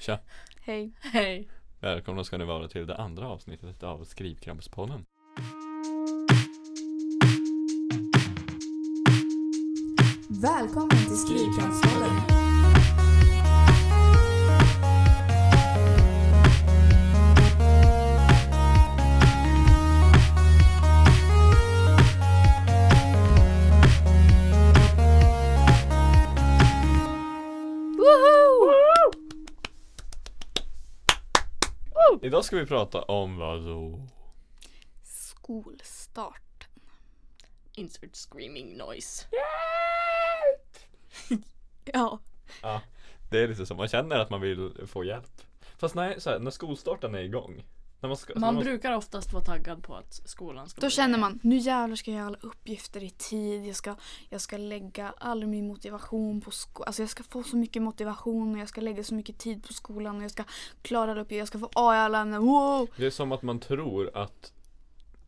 Tja! Hej. Hej. Välkomna ska ni vara till det andra avsnittet av Skrivkrabbspodden. Välkommen till Skrivkraftspodden. Woho! Idag ska vi prata om vad då? Skolstart. Insert screaming noise. Ja. Ja, det är lite så, man känner att man vill få hjälp. Fast nej, så här, när skolstarten är igång. När man ska, när Man brukar oftast vara taggad på att skolan Då ska börja. känner man, nu jävlar ska jag göra alla uppgifter i tid. Jag ska, jag ska lägga all min motivation på skolan. Alltså jag ska få så mycket motivation och jag ska lägga så mycket tid på skolan och jag ska klara alla uppgifter. Jag ska få A i alla ämnen. Wow! Det är som att man tror att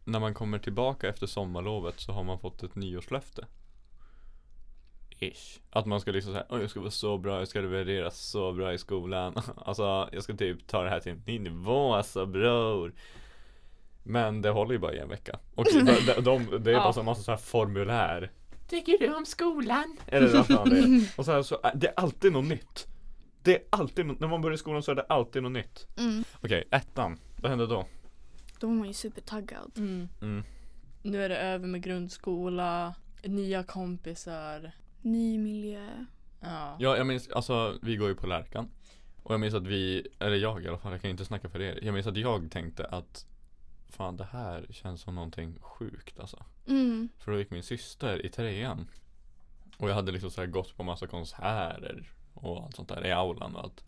när man kommer tillbaka efter sommarlovet så har man fått ett nyårslöfte. Ish. Att man ska liksom säga, "Oj, jag ska vara så bra, jag ska leverera så bra i skolan. Alltså, jag ska typ ta det här till en ny nivå, alltså bror. Men det håller ju bara i en vecka. Och de, de, de, det är bara Ja. så en massa så här formulär. Tycker du om skolan? Eller vad fan det är. Och så här, så, äh, det är alltid något nytt. Det är alltid, nå- när man börjar skolan så är det alltid något nytt. Mm. Okej, ettan. Vad hände då? Då var man ju supertaggad. Mm. Mm. Nu är det över med grundskola, nya kompisar. Ny miljö. Ja. Ja, jag minns, alltså vi går ju på Lärkan. Och jag minns att vi, eller jag i alla fall, jag kan inte snacka för er. Jag minns att jag tänkte att Fan det här känns som någonting sjukt alltså. Mm. För då gick min syster i trean. Och jag hade liksom så här gått på massa konserter och allt sånt där i aulan och allt.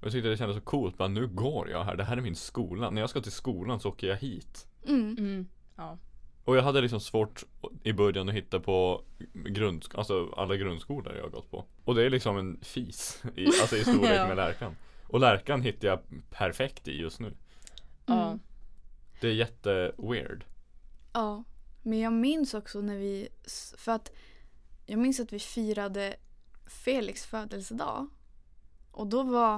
Och jag tyckte det kändes så coolt, bara nu går jag här, det här är min skola. När jag ska till skolan så åker jag hit. Mm. Mm. Ja. Och jag hade liksom svårt i början att hitta på grund, alltså alla grundskolor jag har gått på. Och det är liksom en fis i, alltså i storlek Ja. med Lärkan. Och Lärkan hittar jag perfekt i just nu. ja. Mm. Det är jätte weird. Ja, men jag minns också när vi, för att jag minns att vi firade Felix födelsedag. Och då var,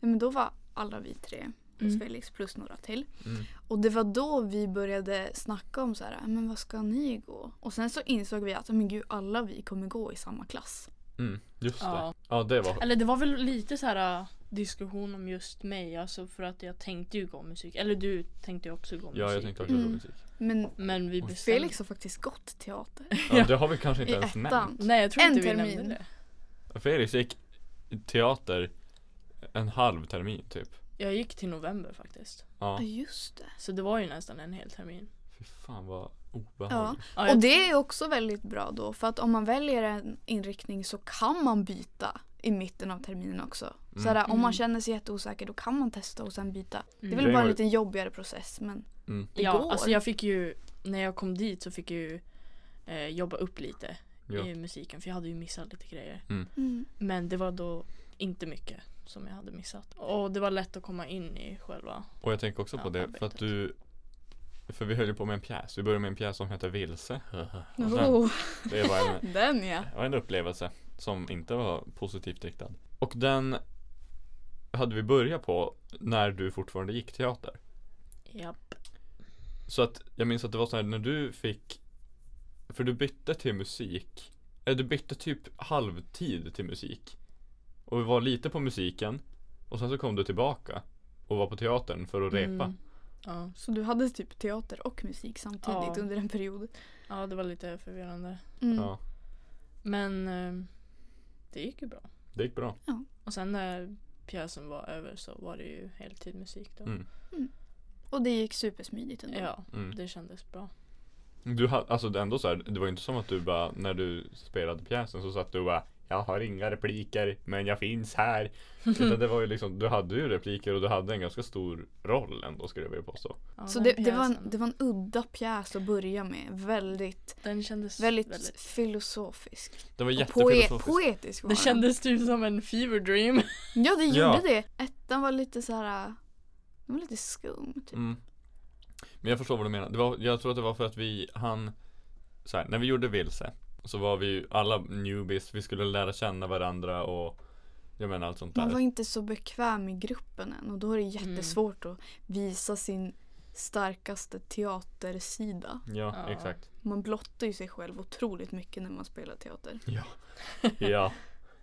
nej men då var alla vi tre hos Mm. Felix plus några till. Mm. Och det var då vi började snacka om så här, men vad ska ni gå? Och sen så insåg vi att, men gud alla vi kommer gå i samma klass. Mm, just det. Ja. Mm. Ja det var Eller det var väl lite så här äh, diskussion om just mig. Alltså för att jag tänkte ju gå musik. Eller du tänkte ju också gå musik. Ja jag tänkte också mm. Mm. musik. Men Men vi bestämde. Felix har faktiskt gått teater Ja, det har vi kanske i inte ens ettan. nämnt. Nej jag tror En inte vi termin. nämnde det. Felix gick teater en halv termin typ. Jag gick till november faktiskt. Ja Ja. just det. Så det var ju nästan en hel termin. Fy fan vad obehagligt. Ja, Och jag- det är också väldigt bra då för att om man väljer en inriktning så kan man byta i mitten av terminen också. Mm. Såhär, om Mm. man känner sig jätteosäker då kan man testa och sen byta. Det är Mm. väl Grejen bara var en ju- lite jobbigare process men Mm. det ja, går. alltså jag fick ju, när jag kom dit så fick jag ju eh, jobba upp lite Ja. i musiken för jag hade ju missat lite grejer. mm. Men det var då inte mycket som jag hade missat. Och det var lätt att komma in i själva. Och jag tänker också på Ja, det för att arbetet. du För vi höll ju på med en pjäs, vi började med en pjäs som hette Vilse Och sen, Oh, Det var en, den ja. det var en upplevelse som inte var positivt riktad Och den hade vi börjat på när du fortfarande gick teater Japp. Så att jag minns att det var så här när du fick För du bytte till musik Eller du bytte typ halvtid till musik Och vi var lite på musiken Och sen så kom du tillbaka Och var på teatern för att repa Mm. Ja. Så du hade typ teater och musik samtidigt Ja. under en period. ja, det var lite förvirrande. Mm. Ja, Men eh, det gick ju bra. det gick bra Och sen när pjäsen var över så var det ju heltid musik då. Mm. Och det gick supersmidigt ändå. Ja, mm. det kändes bra. Du hade, alltså det är ändå så här, det var ju inte som att du bara, när du spelade pjäsen så satt du och bara Jag har inga repliker, men jag finns här. Utan det var ju liksom, du hade ju repliker och du hade en ganska stor roll ändå skulle jag vilja påstå. Ja, Så den det, det, var en, pjäsen, det var en udda pjäs att börja med. Väldigt, den kändes väldigt, väldigt filosofisk. Det var Och poe- jättefilosofisk. poetisk var Det den. kändes typ som en fever dream. Ja det gjorde Ja. det. Ettan var lite så här. äh, Den var lite skum typ. Mm. Men jag förstår vad du menar. Det var, jag tror att det var för att vi, han så här, när vi gjorde Vilse så var vi ju alla newbies, vi skulle lära känna varandra och Jag menar allt sånt Man var där. inte så bekväm i gruppen än och då är det Mm. jättesvårt att visa sin starkaste teatersida. Ja, Ja. exakt. Man blottar ju sig själv otroligt mycket när man spelar teater. Ja. ja,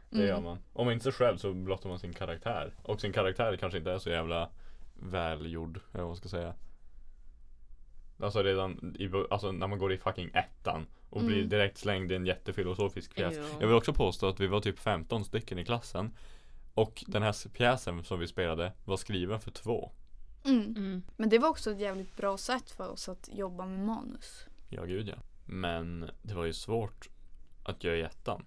det gör Mm. man. Om inte sig själv så blottar man sin karaktär. Och sin karaktär kanske inte är så jävla välgjord, eller vad man ska säga. Alltså redan i, bo- alltså när man går i fucking ettan och blir Mm. direkt slängd i en jättefilosofisk pjäs. Jo. Jag vill också påstå att vi var typ 15 stycken i klassen. Och den här s- pjäsen som vi spelade var skriven för två. Mm. Mm. Men det var också ett jävligt bra sätt för oss att jobba med manus. Ja, gud ja. Men det var ju svårt att göra i ettan.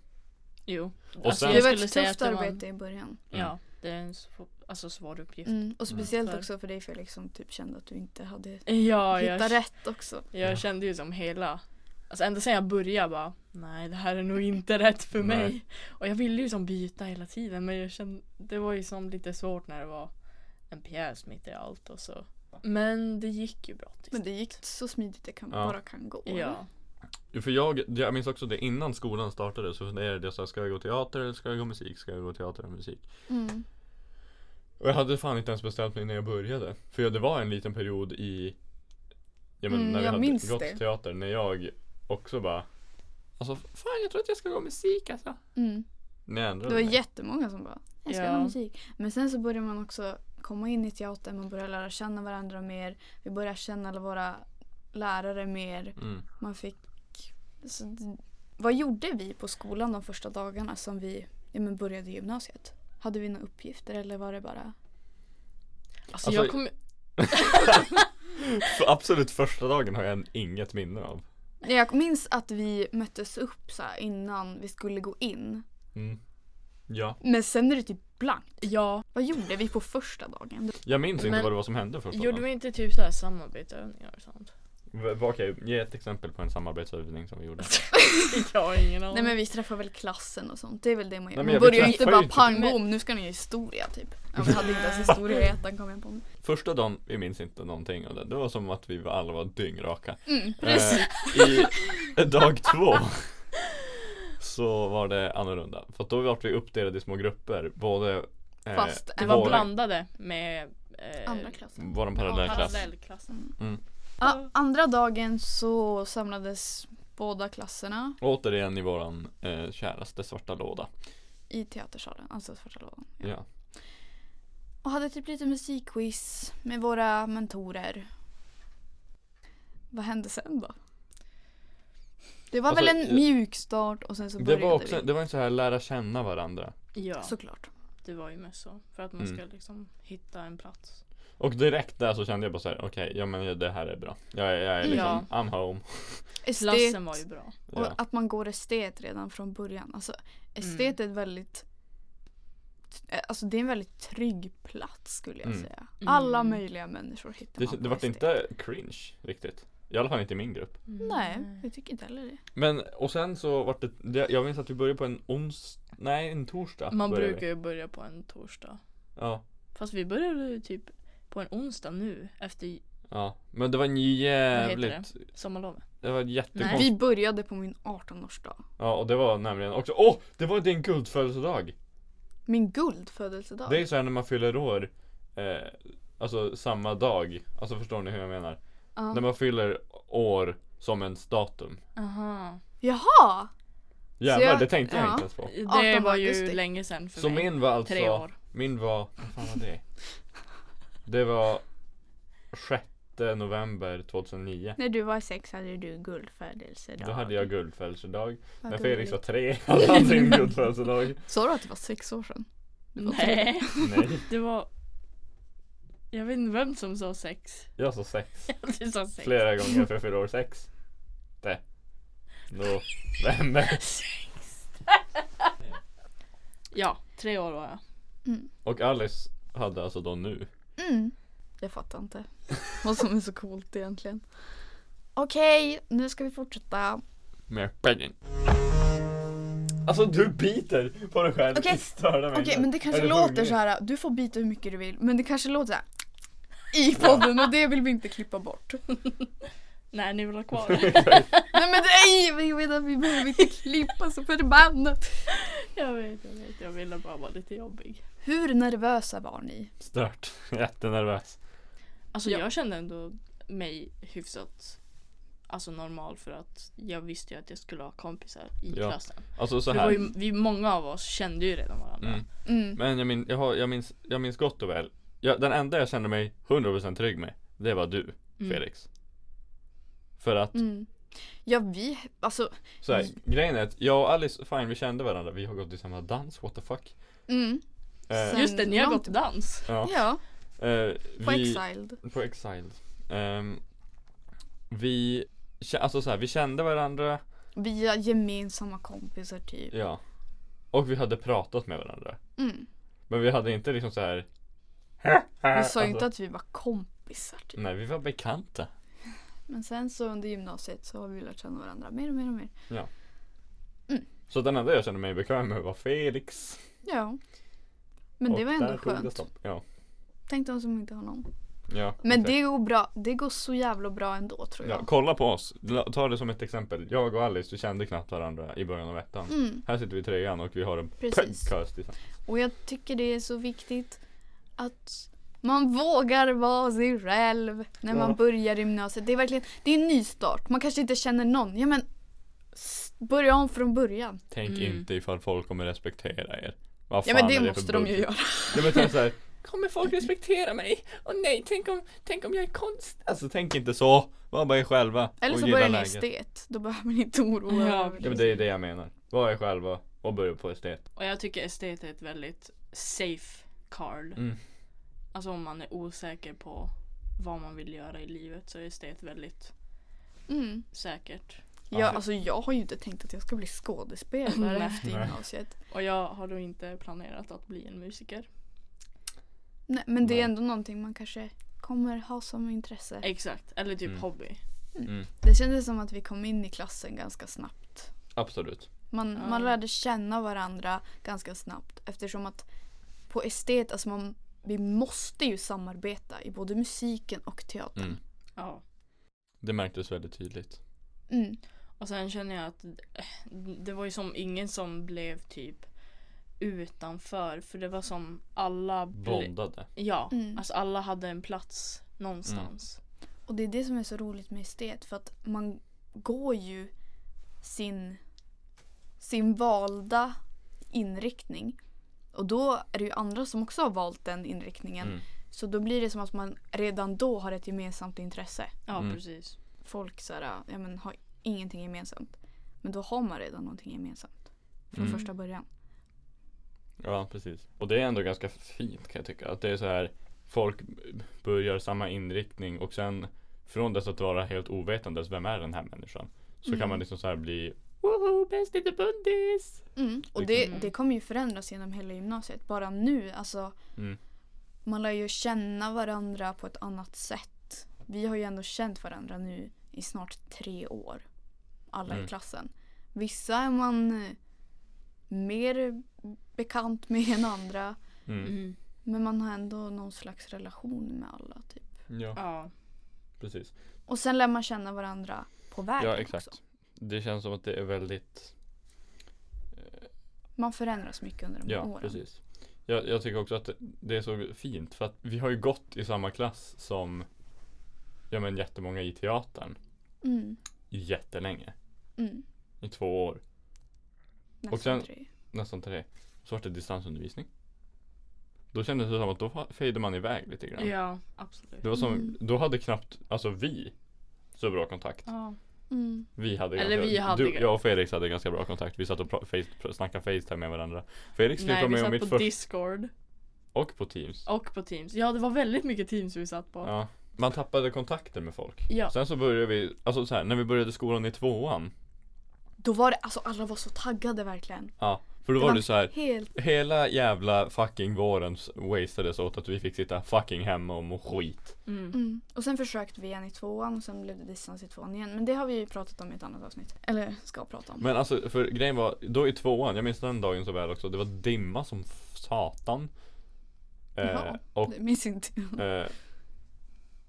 Jo. Och Alltså, sen, det jag var skulle ett säga tufft att det var en- arbete i början. Mm. Ja, det är en sv- alltså, svår uppgift. Mm. Och speciellt För- också för dig Felix som typ kände att du inte hade Ja, jag, hittat Mm. rätt också. jag Ja. kände ju som hela Alltså ända sedan jag började bara Nej det här är Mm. nog inte rätt för Nej. mig Och jag ville ju som byta hela tiden men jag kände Det var ju som lite svårt när det var En pjäs mitt i allt och så Men det gick ju bra till Men det gick så smidigt det kan, Ja. bara kan gå. slut. Ja Jo, För jag, jag minns också det innan skolan startade så funderade jag så här, ska jag gå teater eller ska jag gå musik? Ska jag gå teater eller musik? Mm. Och jag hade fan inte ens bestämt mig när jag började. För jag- det var en liten period i Ja men Mm, när vi jag hade minns gått det. teater när jag också bara Alltså fan jag tror att jag ska gå musik alltså. Mm. När jag Det ändrade var mig. jättemånga som bara jag ska Ja. ha musik. Men sen så börjar man också komma in i teatern, man börjar lära känna varandra mer. Vi börjar känna alla våra lärare mer. mm. Man fick... Så, d- vad gjorde vi på skolan de första dagarna som vi ja, men började gymnasiet? Hade vi några uppgifter eller var det bara... Alltså, Alltså, jag kommer För Absolut första dagen har jag en- inget minne av. Nej, Jag minns att vi möttes upp så här innan vi skulle gå in. Mm. Ja, Men sen är det typ blankt. Ja Vad gjorde vi på första dagen? jag minns inte Men- vad det var som hände första Gjorde dagen. vi inte typ såhär samarbetsövningar och sånt? V- Okej, ge ett exempel på en samarbetsövning som vi gjorde. Jag har ingen aning Nej men vi träffar väl klassen och sånt. Det är väl det man gör. Nej, men man jag- vi börjar ju inte träffar bara ju inte- pang Men- bom, nu ska ni göra historia typ. Ja, vi hade inte ens historia i ettan kom jag på nu. Första dagen, vi minns inte någonting av det. Det var som att vi alla var dyngraka. Mm, precis. Eh, I dag två så var det annorlunda. För att då var vi uppdelade i små grupper. Både eh, Fast Det var vår- blandade med eh, Andra klassen. Vår parallellklass. parallellklassen mm. Ja, andra dagen så samlades båda klasserna Återigen i våran eh, käraste svarta låda. i teatersalen, alltså Svarta lådan. Ja. Och hade typ lite musikquiz med våra mentorer. Vad hände sen då? Det var Alltså, väl en eh, mjuk start och sen så Det började var också, vi. det var en så här lära känna varandra. Ja Såklart. det var ju mest så För att man Mm. ska liksom hitta en plats Och direkt där så kände jag bara så här, okej, ja men det här är bra. Jag, är- jag är liksom, I'm home. Estet Klassen var ju bra och Ja. att man går estet redan från början. Alltså estet är ett väldigt Alltså det är en väldigt trygg plats skulle jag Mm. säga. Alla Mm. möjliga människor hittar Det, man det på vart estet. inte cringe riktigt. I alla fall inte i min grupp. Mm. Nej, jag tycker inte heller det. Men och sen så vart det, det jag minns att vi började på en ons, nej en torsdag. Man började vi. brukar ju börja på en torsdag. Ja, Fast vi började ju typ på en onsdag nu efter ja. Men det var en jävligt, det? sommarlovet. var Nej. jättekonstigt. Vi började på min 18-årsdag. Ja och det var nämligen också, åh! Oh, det var din guldfödelsedag! Min guldfödelsedag. Det är så här när man fyller år, eh, alltså samma dag. Alltså förstår ni hur jag menar? Ja. När man fyller år som ens datum. Aha. Jaha! Jävlar, jag- det tänkte jag ja. inte ens på. Det 18 var ju augusti. länge sedan för Så mig. min var alltså, Tre år. min var, vad fan var det? Det var 6 november 2009. När du var sex hade du guldfödelsedag. Då hade jag guldfödelsedag. Vad När Felix var gulligt. tre hade han sin guldfödelsedag. Sa du att det var sex år sedan? Det var tre. Nej, Nej, det var... Jag vet inte vem som sa sex. jag sa sex. Du sa sex. Flera gånger för jag fyller år sex. Det. Nå. Nej men. Ja, tre år var jag. Och Alice hade alltså då nu. Mm. Jag fattar inte vad som är så coolt egentligen. Okej, nu ska vi fortsätta. Med pengen. Alltså du biter på dig själv. Okej. Det störde mig Okej, inte. men det Är kanske du låter hungrig? så här. Du får bita hur mycket du vill, men det kanske låter så här i podden och det vill vi inte klippa bort. Nej, ni vill ha kvar det. Nej men nej, vi menar vi behöver inte klippa så förbannat. Jag vet, jag vet. Jag ville bara vara lite jobbig. Hur nervösa var ni? Stört. Jättenervös. Alltså Ja. jag kände ändå mig hyfsat alltså normal för att jag visste ju att jag skulle ha kompisar i Ja, klassen. Alltså så För det var här. ju, vi, många av oss kände ju redan varandra. Mm. Mm. Men jag, min, jag, har, jag, minns, jag minns gott och väl. Jag, den enda jag kände mig 100% trygg med, det var du, Mm. Felix. För att, Mm. Ja vi, alltså, så här, grejen är att jag och Alice, fine vi kände varandra, vi har gått i samma dans, what the fuck. mm, Eh, Sen- Just det, ni har långt- gått dans. ja, ja, eh, på vi, Exiled. På Exiled. Ehm, vi, kä- alltså så här, vi kände varandra, Via gemensamma kompisar typ. ja. Och vi hade pratat med varandra. Mm. Men vi hade inte liksom så här. Vi sa ju Alltså, inte att vi var kompisar typ. Nej, vi var bekanta. Men sen så under gymnasiet så har vi lärt känna varandra mer och mer och mer. Så den enda jag kände mig bekväm med var Felix. Ja. Men det Och var ändå där tog det skönt. stopp. Ja. Tänk de som inte har någon. Ja, Men exakt. det går bra. Det går så jävla bra ändå tror ja, jag. kolla på oss. La- Ta det som ett exempel. Jag och Alice, vi kände knappt varandra i början av ettan. Mm, Här sitter vi i trean och vi har en precis. podcast tillsammans. Och jag tycker det är så viktigt att man vågar vara sig själv när man Ja. börjar gymnasiet. Det är verkligen det är en ny start. Man kanske inte känner någon. Ja men s- börja om från början. Tänk Mm. inte ifall folk kommer respektera er. Vad Ja fan men är för det måste de ju bullshit? göra. Ja, men tänk så här, kommer folk respektera mig? Och nej, tänk om, tänk om jag är konst... Alltså tänk inte så. Var bara er själva Eller och så gilla börjar ni läget. estet. Då behöver ni inte oroa er. Ja, över Ja men det är det jag menar. Var er själva och börja på estet. Och jag tycker estet är ett väldigt safe card. Mm. Alltså om man är osäker på vad man vill göra i livet så är estet väldigt Mm. säkert. Ja, Ja. alltså jag har ju inte tänkt att jag ska bli skådespelare Nej. efter Nej. gymnasiet. Och jag har då inte planerat att bli en musiker. Mm. Nej, men det Nej. är ändå någonting man kanske kommer ha som intresse. Exakt, eller typ Mm. hobby. Mm. Det kändes som att vi kom in i klassen ganska snabbt. Absolut. Man, Ja. man lärde känna varandra ganska snabbt eftersom att på estet, alltså man, vi måste ju samarbeta i både musiken och teatern. Mm. Ja. Det märktes väldigt tydligt. Mm. Och sen känner jag att eh, det var ju som ingen som blev typ utanför för det var som alla ble- Bondade. Ja, Mm. alltså alla hade en plats någonstans. Mm. Och det är det som är så roligt med estet för att man går ju sin, sin valda inriktning. Och då är det ju andra som också har valt den inriktningen. Mm. Så då blir det som att man redan då har ett gemensamt intresse. Ja, Mm. precis. Folk så här, ja, men, har ingenting gemensamt. Men då har man redan någonting gemensamt. Från Mm. första början. Ja precis. Och det är ändå ganska fint kan jag tycka. Att det är så här. Folk börjar samma inriktning och sen från dess att vara helt ovetandes. Vem är den här människan? Så Mm. kan man liksom så här bli Woho, bäst i the bundis! Mm. Och Det det, kan- det kommer ju förändras genom hela gymnasiet. Bara nu, alltså. Mm. Man lär ju känna varandra på ett annat sätt. Vi har ju ändå känt varandra nu i snart tre år. Alla i Mm. klassen. Vissa är man eh, mer bekant med än andra. Mm. Mm. Men man har ändå någon slags relation med alla. Typ. Ja, Ja. precis. Och sen lär man känna varandra på vägen Ja, exakt. också. Det känns som att det är väldigt Man förändras mycket under de Ja, åren. precis. Jag, jag tycker också att det- det är så fint för att vi har ju gått i samma klass som ja, men jättemånga i teatern Mm, jättelänge. mm. I två år, Nästan Och sen- tre. nästan tre. Så vart det distansundervisning. Då kändes det som att då fa- fejdade man iväg lite grann. ja, absolut. Det var som, Mm. då hade knappt, alltså vi, så bra kontakt. Ja. Mm. Vi hade Eller ganska, vi hade du, gan- Jag och Felix hade ganska bra kontakt. Vi satt och pra- face, pra- snackade Facetime med varandra. Felix fick Nej, vara vi med om satt mitt på första... Discord och på Teams. och på Teams. Ja, det var väldigt mycket Teams vi satt på. Ja. Ja. Man tappade kontakten med folk. Ja. Sen så började vi, alltså så här, när vi började skolan i tvåan. Då var det, alltså alla var så taggade verkligen. Ja. För då var det så här. Helt, Hela jävla fucking våren s- wastades åt att vi fick sitta fucking hemma och må skit. Mm. mm. Och sen försökte vi igen i tvåan och sen blev det distans i tvåan igen. Men det har vi ju pratat om i ett annat avsnitt. Eller ska prata om. Men alltså för grejen var, då i tvåan, jag minns den dagen så väl också. Det var dimma som f- satan. Eh, Jaha. och Det minns inte jag. eh,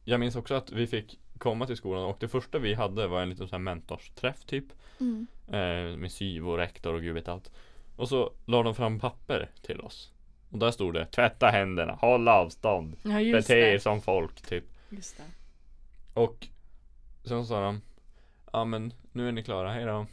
jag minns också att vi fick komma till skolan och det första vi hade var en liten sån här mentorsträff typ. Mm. Eh, med syv och rektor och gud vet allt. Och så la de fram papper till oss. Och där stod det Tvätta händerna, håll avstånd, Ja just bete er det. som folk typ. Just det. Och sen sa de Ja men nu är ni klara, hejdå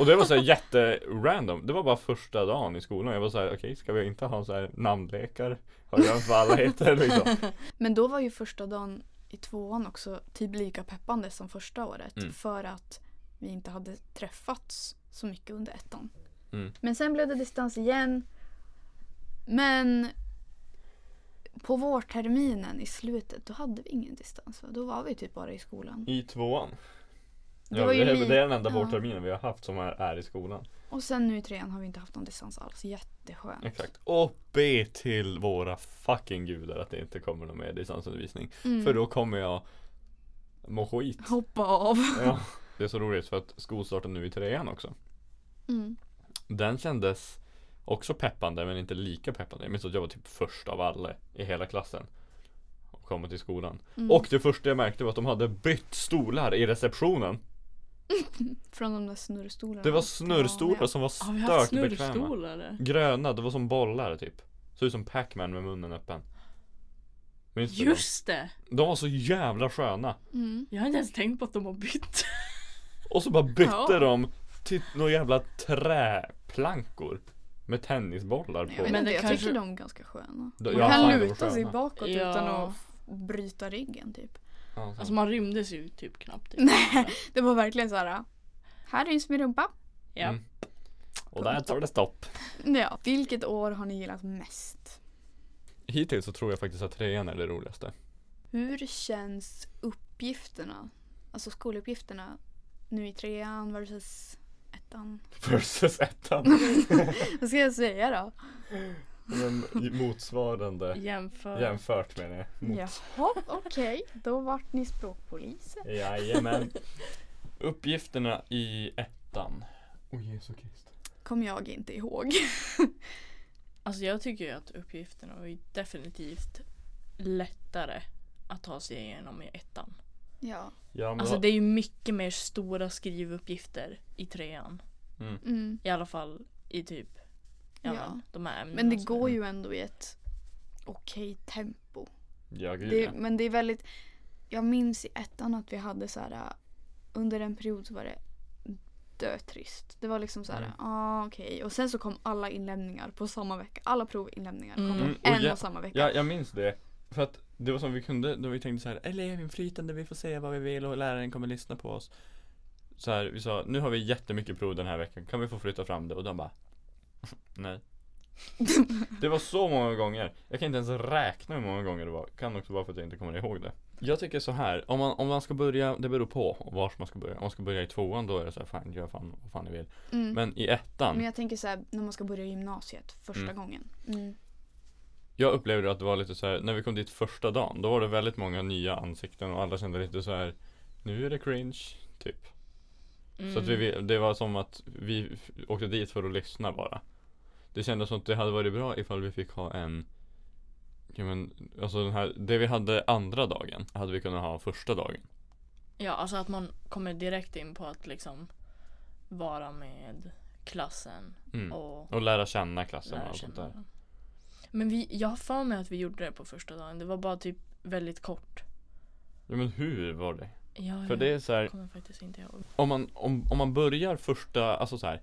Och det var så här jätte random Det var bara första dagen i skolan Jag var så här: okej ska vi inte ha så här namnlekar? Har jag glömt vad alla heter liksom? Men då var ju första dagen i tvåan också typ lika peppande som första året. Mm. För att vi inte hade träffats så mycket under ettan. Mm. Men sen blev det distans igen. Men på vårterminen i slutet, då hade vi ingen distans. va? Då var vi typ bara i skolan. I tvåan Det ja, var ju det, li- det är den enda ja. vårterminen vi har haft som är, är i skolan Och sen nu i trean har vi inte haft någon distans alls. Jätteskönt. Exakt Och be till våra fucking gudar att det inte kommer någon mer distansundervisning Mm. För då kommer jag må skit Hoppa av. ja. Det är så roligt för att skolstarten nu i trean också Mm. Den kändes också peppande men inte lika peppande. Jag minns att jag var typ först av alla i hela klassen. Och komma till skolan. Mm. Och det första jag märkte var att de hade bytt stolar i receptionen. Från de där snurrstolarna. Det var Ja, snurrstolar som var Har vi haft stört bekväma. snurrstol eller? Gröna, det var som bollar typ. Såg ut som Pac-Man med munnen öppen. Minns du dem? Just det! De var så jävla sköna. men- Mm. Jag har inte ens tänkt på att de har bytt. Och så bara bytte Ja. de till några jävla träplankor. Med tennisbollar Nej, på. Jag, vet Men inte, det jag kanske- tycker de är ganska sköna. Då- Man ja, fan, kan de var luta sig sköna. bakåt Ja. utan att f- bryta ryggen typ. Ja, så. Alltså man rymdes ju typ knappt. Nej. Det var verkligen så här. Här ryms min rumpa. Ja. Mm. Och där tar det stopp. Ja. Vilket år har ni gillat mest? Hittills så tror jag faktiskt att trean är det roligaste. Hur känns uppgifterna? Alltså skoluppgifterna. Nu i trean versus ettan. Versus ettan. Vad ska jag säga då? Men motsvarande Jämför. jämfört med det. Jaha, okej. Då vart ni språkpoliser. Jajamän. Uppgifterna i ettan. Åh Jesu Krist. Kom jag inte ihåg. Alltså jag tycker ju att uppgifterna var ju definitivt lättare att ta sig igenom i ettan. Ja. Ja, men Alltså vad- det är ju mycket mer stora skrivuppgifter i trean. Mm. I alla fall i typ ja, Ja. de här ämnena. Men det som- går ju ändå i ett okej tempo. ja, gud, Det, ja. men det är väldigt... Jag minns i ettan att vi hade så här... äh, Under en period så var det dötrist. Det var liksom så här, Mm. ja ah, okej. Och sen så kom alla inlämningar på samma vecka. Alla provinlämningar kom Mm. på Mm, och en ja- och samma vecka. Ja, jag minns det. För att det var som vi kunde, då vi tänkte så här elevinflytande, vi får säga vad vi vill och läraren kommer lyssna på oss. Så här, vi sa, nu har vi jättemycket prov den här veckan, kan vi få flytta fram det? Och de bara, nej. Det var så många gånger, jag kan inte ens räkna hur många gånger det var, kan också vara för att jag inte kommer ihåg det. Jag tycker så här, om man, om man ska börja, det beror på var man ska börja. Om man ska börja i tvåan då är det så här, fan gör fan vad fan ni vill. Mm. Men, Men i ettan, jag tänker så här när man ska börja gymnasiet första Mm. gången. Mm. Jag upplevde att det var lite så här, när vi kom dit första dagen, då var det väldigt många nya ansikten och alla kände lite så här, nu är det cringe, typ. mm. Så Mm. att vi, det var som att vi f- åkte dit för att lyssna bara. Det kändes som att det hade varit bra ifall vi fick ha en, ja men, alltså den här, det vi hade andra dagen, hade vi kunnat ha första dagen. Ja, alltså att man kommer direkt in på att liksom vara med klassen Mm. och Och lära känna klassen och lära allt sånt känna där. dem. Men vi, jag har för mig att vi gjorde det på första dagen. Det var bara typ väldigt kort. Ja men hur var det? Ja, För det är så här, jag kommer faktiskt inte ihåg. om man, om, om man börjar första, alltså så här,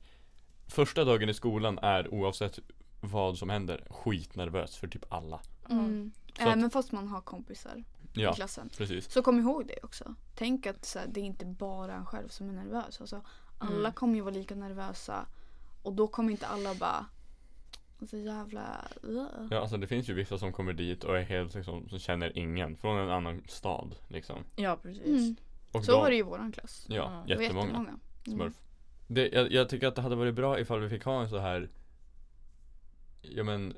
Första dagen i skolan är oavsett vad som händer skitnervös för typ alla. Mm. Så att- Även fast man har kompisar i Ja, klassen. precis. Så kom ihåg det också. Tänk att så här, det är inte bara en själv som är nervös. Alltså, alla Mm. kommer ju vara lika nervösa och då kommer inte alla bara så jävla... Ugh. Ja, alltså det finns ju vissa som kommer dit och är helt liksom, som känner ingen från en annan stad liksom. Ja, precis. Mm. Och Så de- var det ju i våran klass. Ja, Ja. Det var jättemånga. jättemånga. Mm. Smurf. Det, jag, jag tycker att det hade varit bra ifall vi fick ha en så här Ja men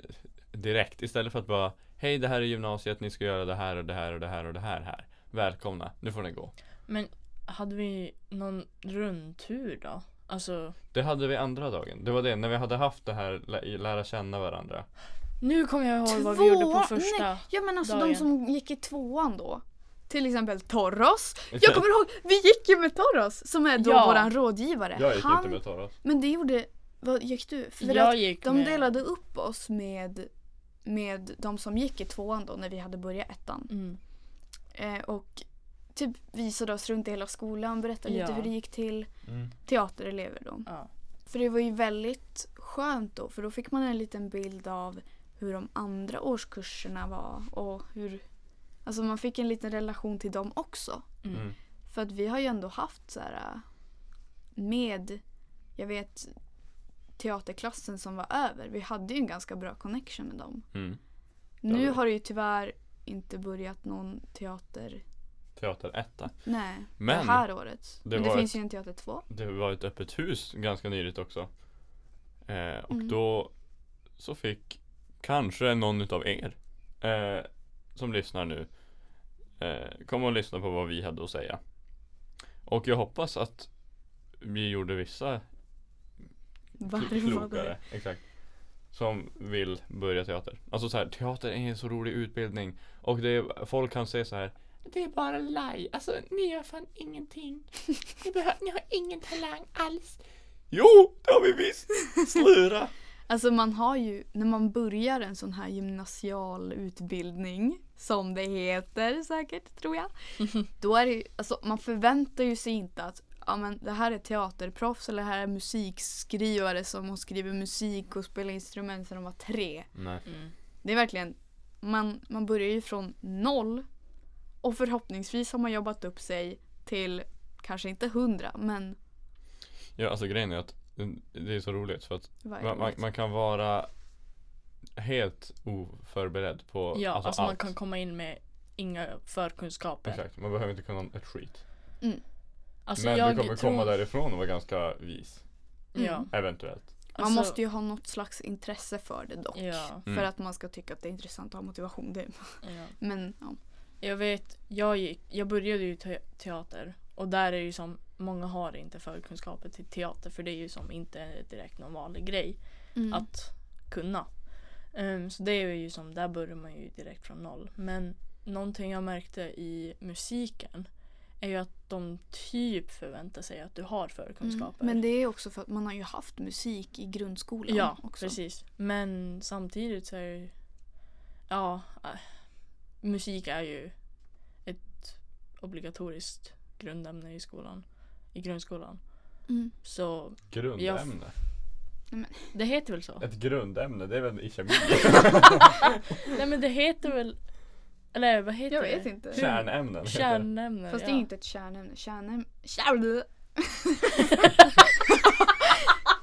direkt istället för att bara Hej det här är gymnasiet, ni ska göra det här och det här och det här och det här här. Välkomna, nu får ni gå. Men hade vi någon rundtur då? Alltså, Det hade vi andra dagen. Det var det, när vi hade haft det här lä- i lära känna varandra. nu kommer jag ihåg vad vi gjorde på Tvåa? första. Nej, Ja men alltså de dagen. som gick i tvåan då. Till exempel Torros. Jag kommer ihåg, vi gick ju med Torros som är då Ja. våran rådgivare. Jag gick Han- inte med Taras. Men det gjorde Vad gick du? För jag att gick de med... delade upp oss med, med de som gick i tvåan då när vi hade börjat ettan. Mm. Eh, och typ visade oss runt i hela skolan, berättade Ja. lite hur det gick till Mm. teaterelever då. Ja. För det var ju väldigt skönt då för då fick man en liten bild av hur de andra årskurserna var och hur Alltså man fick en liten relation till dem också. Mm. Mm. För att vi har ju ändå haft så här äh, med jag vet teaterklassen som var över. Vi hade ju en ganska bra connection med dem. Mm. Nu det- har det ju tyvärr inte börjat någon teater. Teater etta. Nej, Men- det här året. det Men det var finns ett- ju en teater två. Det var ett öppet hus ganska nyligt också. Eh, och Mm. då så fick kanske någon utav er eh, som lyssnar nu eh, komma och lyssna på vad vi hade att säga. Och jag hoppas att vi gjorde vissa Varför var klokare. det? Typ Exakt. Som vill börja teater. Alltså så här, teater är en så rolig utbildning. Och det är, folk kan säga så här. Det är bara laj. Alltså ni gör fan ingenting. Ni, behör, ni har ingen talang alls. Jo, det har vi visst! Slura! Alltså man har ju, när man börjar en sån här gymnasial utbildning, som det heter säkert tror jag. Då är det ju, alltså man förväntar ju sig inte att ja men det här är teaterproffs eller det här är musikskrivare som har skrivit musik och spelat instrument sedan de var tre. Nej. Mm. Det är verkligen, man, man börjar ju från noll och förhoppningsvis har man jobbat upp sig till kanske inte hundra men Ja, alltså grejen är att det är så roligt för att vad är Man, man, det? man kan vara helt oförberedd på Ja, alltså, man allt. kan komma in med inga förkunskaper. Exakt, man behöver inte kunna ett skit. Alltså, Men jag du kommer tror- komma därifrån och vara ganska vis. Ja. Mm. Eventuellt. Man alltså- måste ju ha något slags intresse för det dock. Ja, Mm. För att man ska tycka att det är intressant att ha motivation. Det. ja. Men Mm. ja. Jag vet, jag, gick, jag började ju te- teater och där är ju som många har inte förkunskaper till teater för det är ju som inte direkt någon vanlig grej Mm. att kunna. Ehm, så det är ju som, där börjar man ju direkt från noll. Men någonting jag märkte i musiken är ju att de typ förväntar sig att du har förkunskaper. Mm. Men det är också för att man har ju haft musik i grundskolan Ja, också. precis. Men samtidigt så är ju... Ja, äh, musik är ju ett obligatoriskt grundämne i skolan. I grundskolan. Mm. Så Grundämne. det heter väl så? Ett grundämne, det är väl i kemi? Nej men det heter väl... Eller vad heter Jag det? vet inte. Kärnämnen. heter det. Kärnämnen. Fast ja. det är inte ett kärnämne. Kärnämne... Kärn...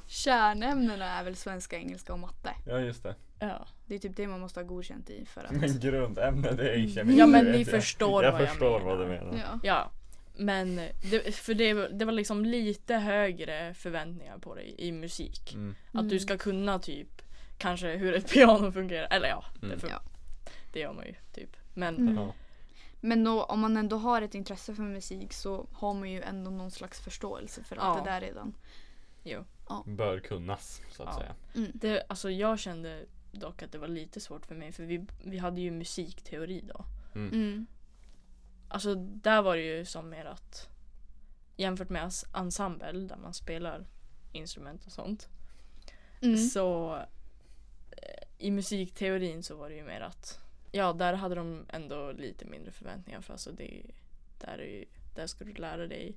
Kärnämnena är väl svenska, engelska och matte. Ja, just det. Ja. Det är typ det man måste ha godkänt i för att... Men grundämne, det är i kemi. Ja, det men vet ni jag. förstår jag vad jag förstår menar. vad du menar. Ja. ja. Men det, för det, var- det var liksom lite högre förväntningar på dig i musik. Mm. Att Mm. du ska kunna typ kanske hur ett piano fungerar. Eller ja, Mm. det, fun- Ja. det gör man ju typ. Men Mm. Ja. Men då, om man ändå har ett intresse för musik så har man ju ändå någon slags förståelse för allt Ja. det där redan. Bör kunnas, så att Ja. säga. Mm. det, alltså jag kände dock att det var lite svårt för mig för vi, vi hade ju musikteori då. Mm. Alltså där var det ju som mer att jämfört med ens- ensemble där man spelar instrument och sånt. Mm. Så eh, i musikteorin så var det ju mer att ja, där hade de ändå lite mindre förväntningar för alltså det där, är ju, där ska du lära dig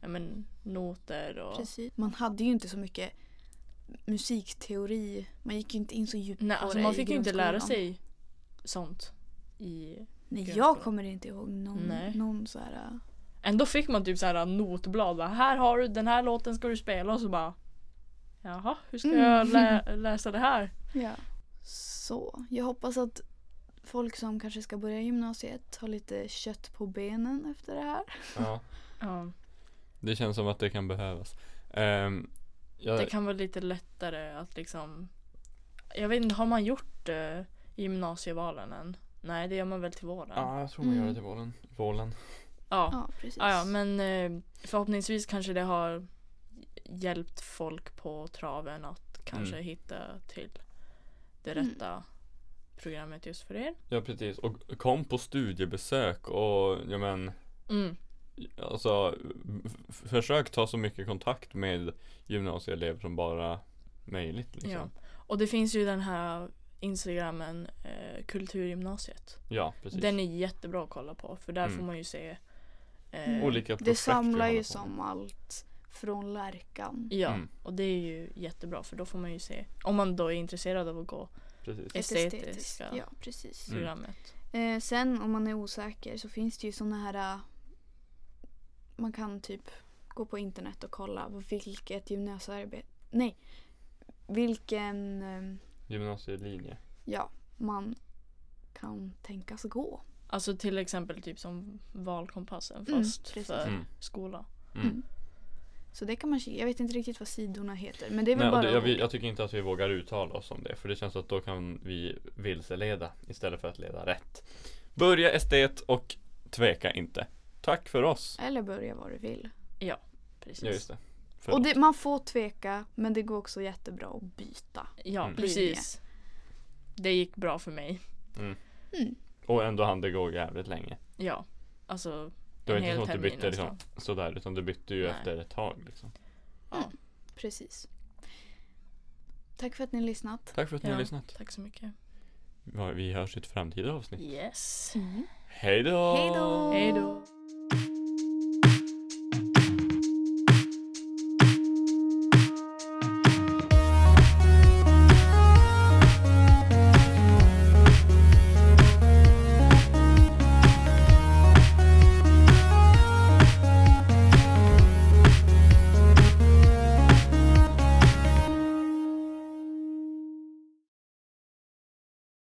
ja, men, noter och Precis. Man hade ju inte så mycket musikteori. Man gick ju inte in så djupt Nej, på alltså det man i fick ju inte lära grundskolan. sig sånt i... Nej, jag grundskolan. kommer inte ihåg någon, Nej. någon så här... Ändå fick man typ så här notblad. Bara, här har du, den här låten ska du spela och så bara... Jaha, hur ska jag Mm. lä- läsa det här? Ja. äh, Så, jag hoppas att folk som kanske ska börja gymnasiet har lite kött på benen efter det här. Ja. Ja, Det känns som att det kan behövas. Ehm, jag, det kan vara lite lättare att liksom... Jag vet inte, har man gjort eh, gymnasievalen än? Nej, det gör man väl till våren? Ja, jag tror man gör det Mm. till vålen. Vålen. Ja. Ja, precis. Ja, ja, men eh, förhoppningsvis kanske det har hjälpt folk på traven att kanske Mm. hitta till det Mm. rätta programmet just för er. Ja, precis. Och kom på studiebesök och, ja men, Mm. Alltså, f- f- försök ta så mycket kontakt med gymnasieelever som bara möjligt liksom. Ja. Och det finns ju den här instagrammen eh, Kulturgymnasiet. Ja, precis. Den är jättebra att kolla på för där Mm. får man ju se eh, Mm. Olika Det projekt vi samlar håller på ju med. som allt från Lärkan. Ja, Mm. och det är ju jättebra för då får man ju se om man då är intresserad av att gå Precis. Ett estetiska Ja, precis. Mm. programmet. Eh, sen om man är osäker så finns det ju såna här... eh, Man kan typ gå på internet och kolla vilket gymnasiearbete... Nej. Vilken... eh, Gymnasielinje. Ja, man kan tänkas gå. Alltså till exempel typ som valkompassen Mm, fast precis. för Mm. skola. Mm. Mm. Så det kan man kika. Jag vet inte riktigt vad sidorna heter. Men det är Nej, väl och bara... det, jag, att- vi- jag tycker inte att vi vågar uttala oss om det för det känns att då kan vi vilseleda istället för att leda rätt. Börja estet och tveka inte. Tack för oss. Eller börja var du vill. Precis. Ja, just det. Förlåt. Och det, man får tveka men det går också jättebra att byta. Ja, Mm. precis. Det gick bra för mig. Mm, Och ändå hann det gå jävligt länge. Ja, alltså Det var en inte hel så att du termin bytte liksom, nästan. sådär utan du bytte ju Nej. efter ett tag liksom. Precis. Tack för att ni har lyssnat. Tack för att ni Ja. har lyssnat. Tack så mycket. Vi hörs i ett framtida avsnitt. Yes. Hej då! Hej då! Hej då.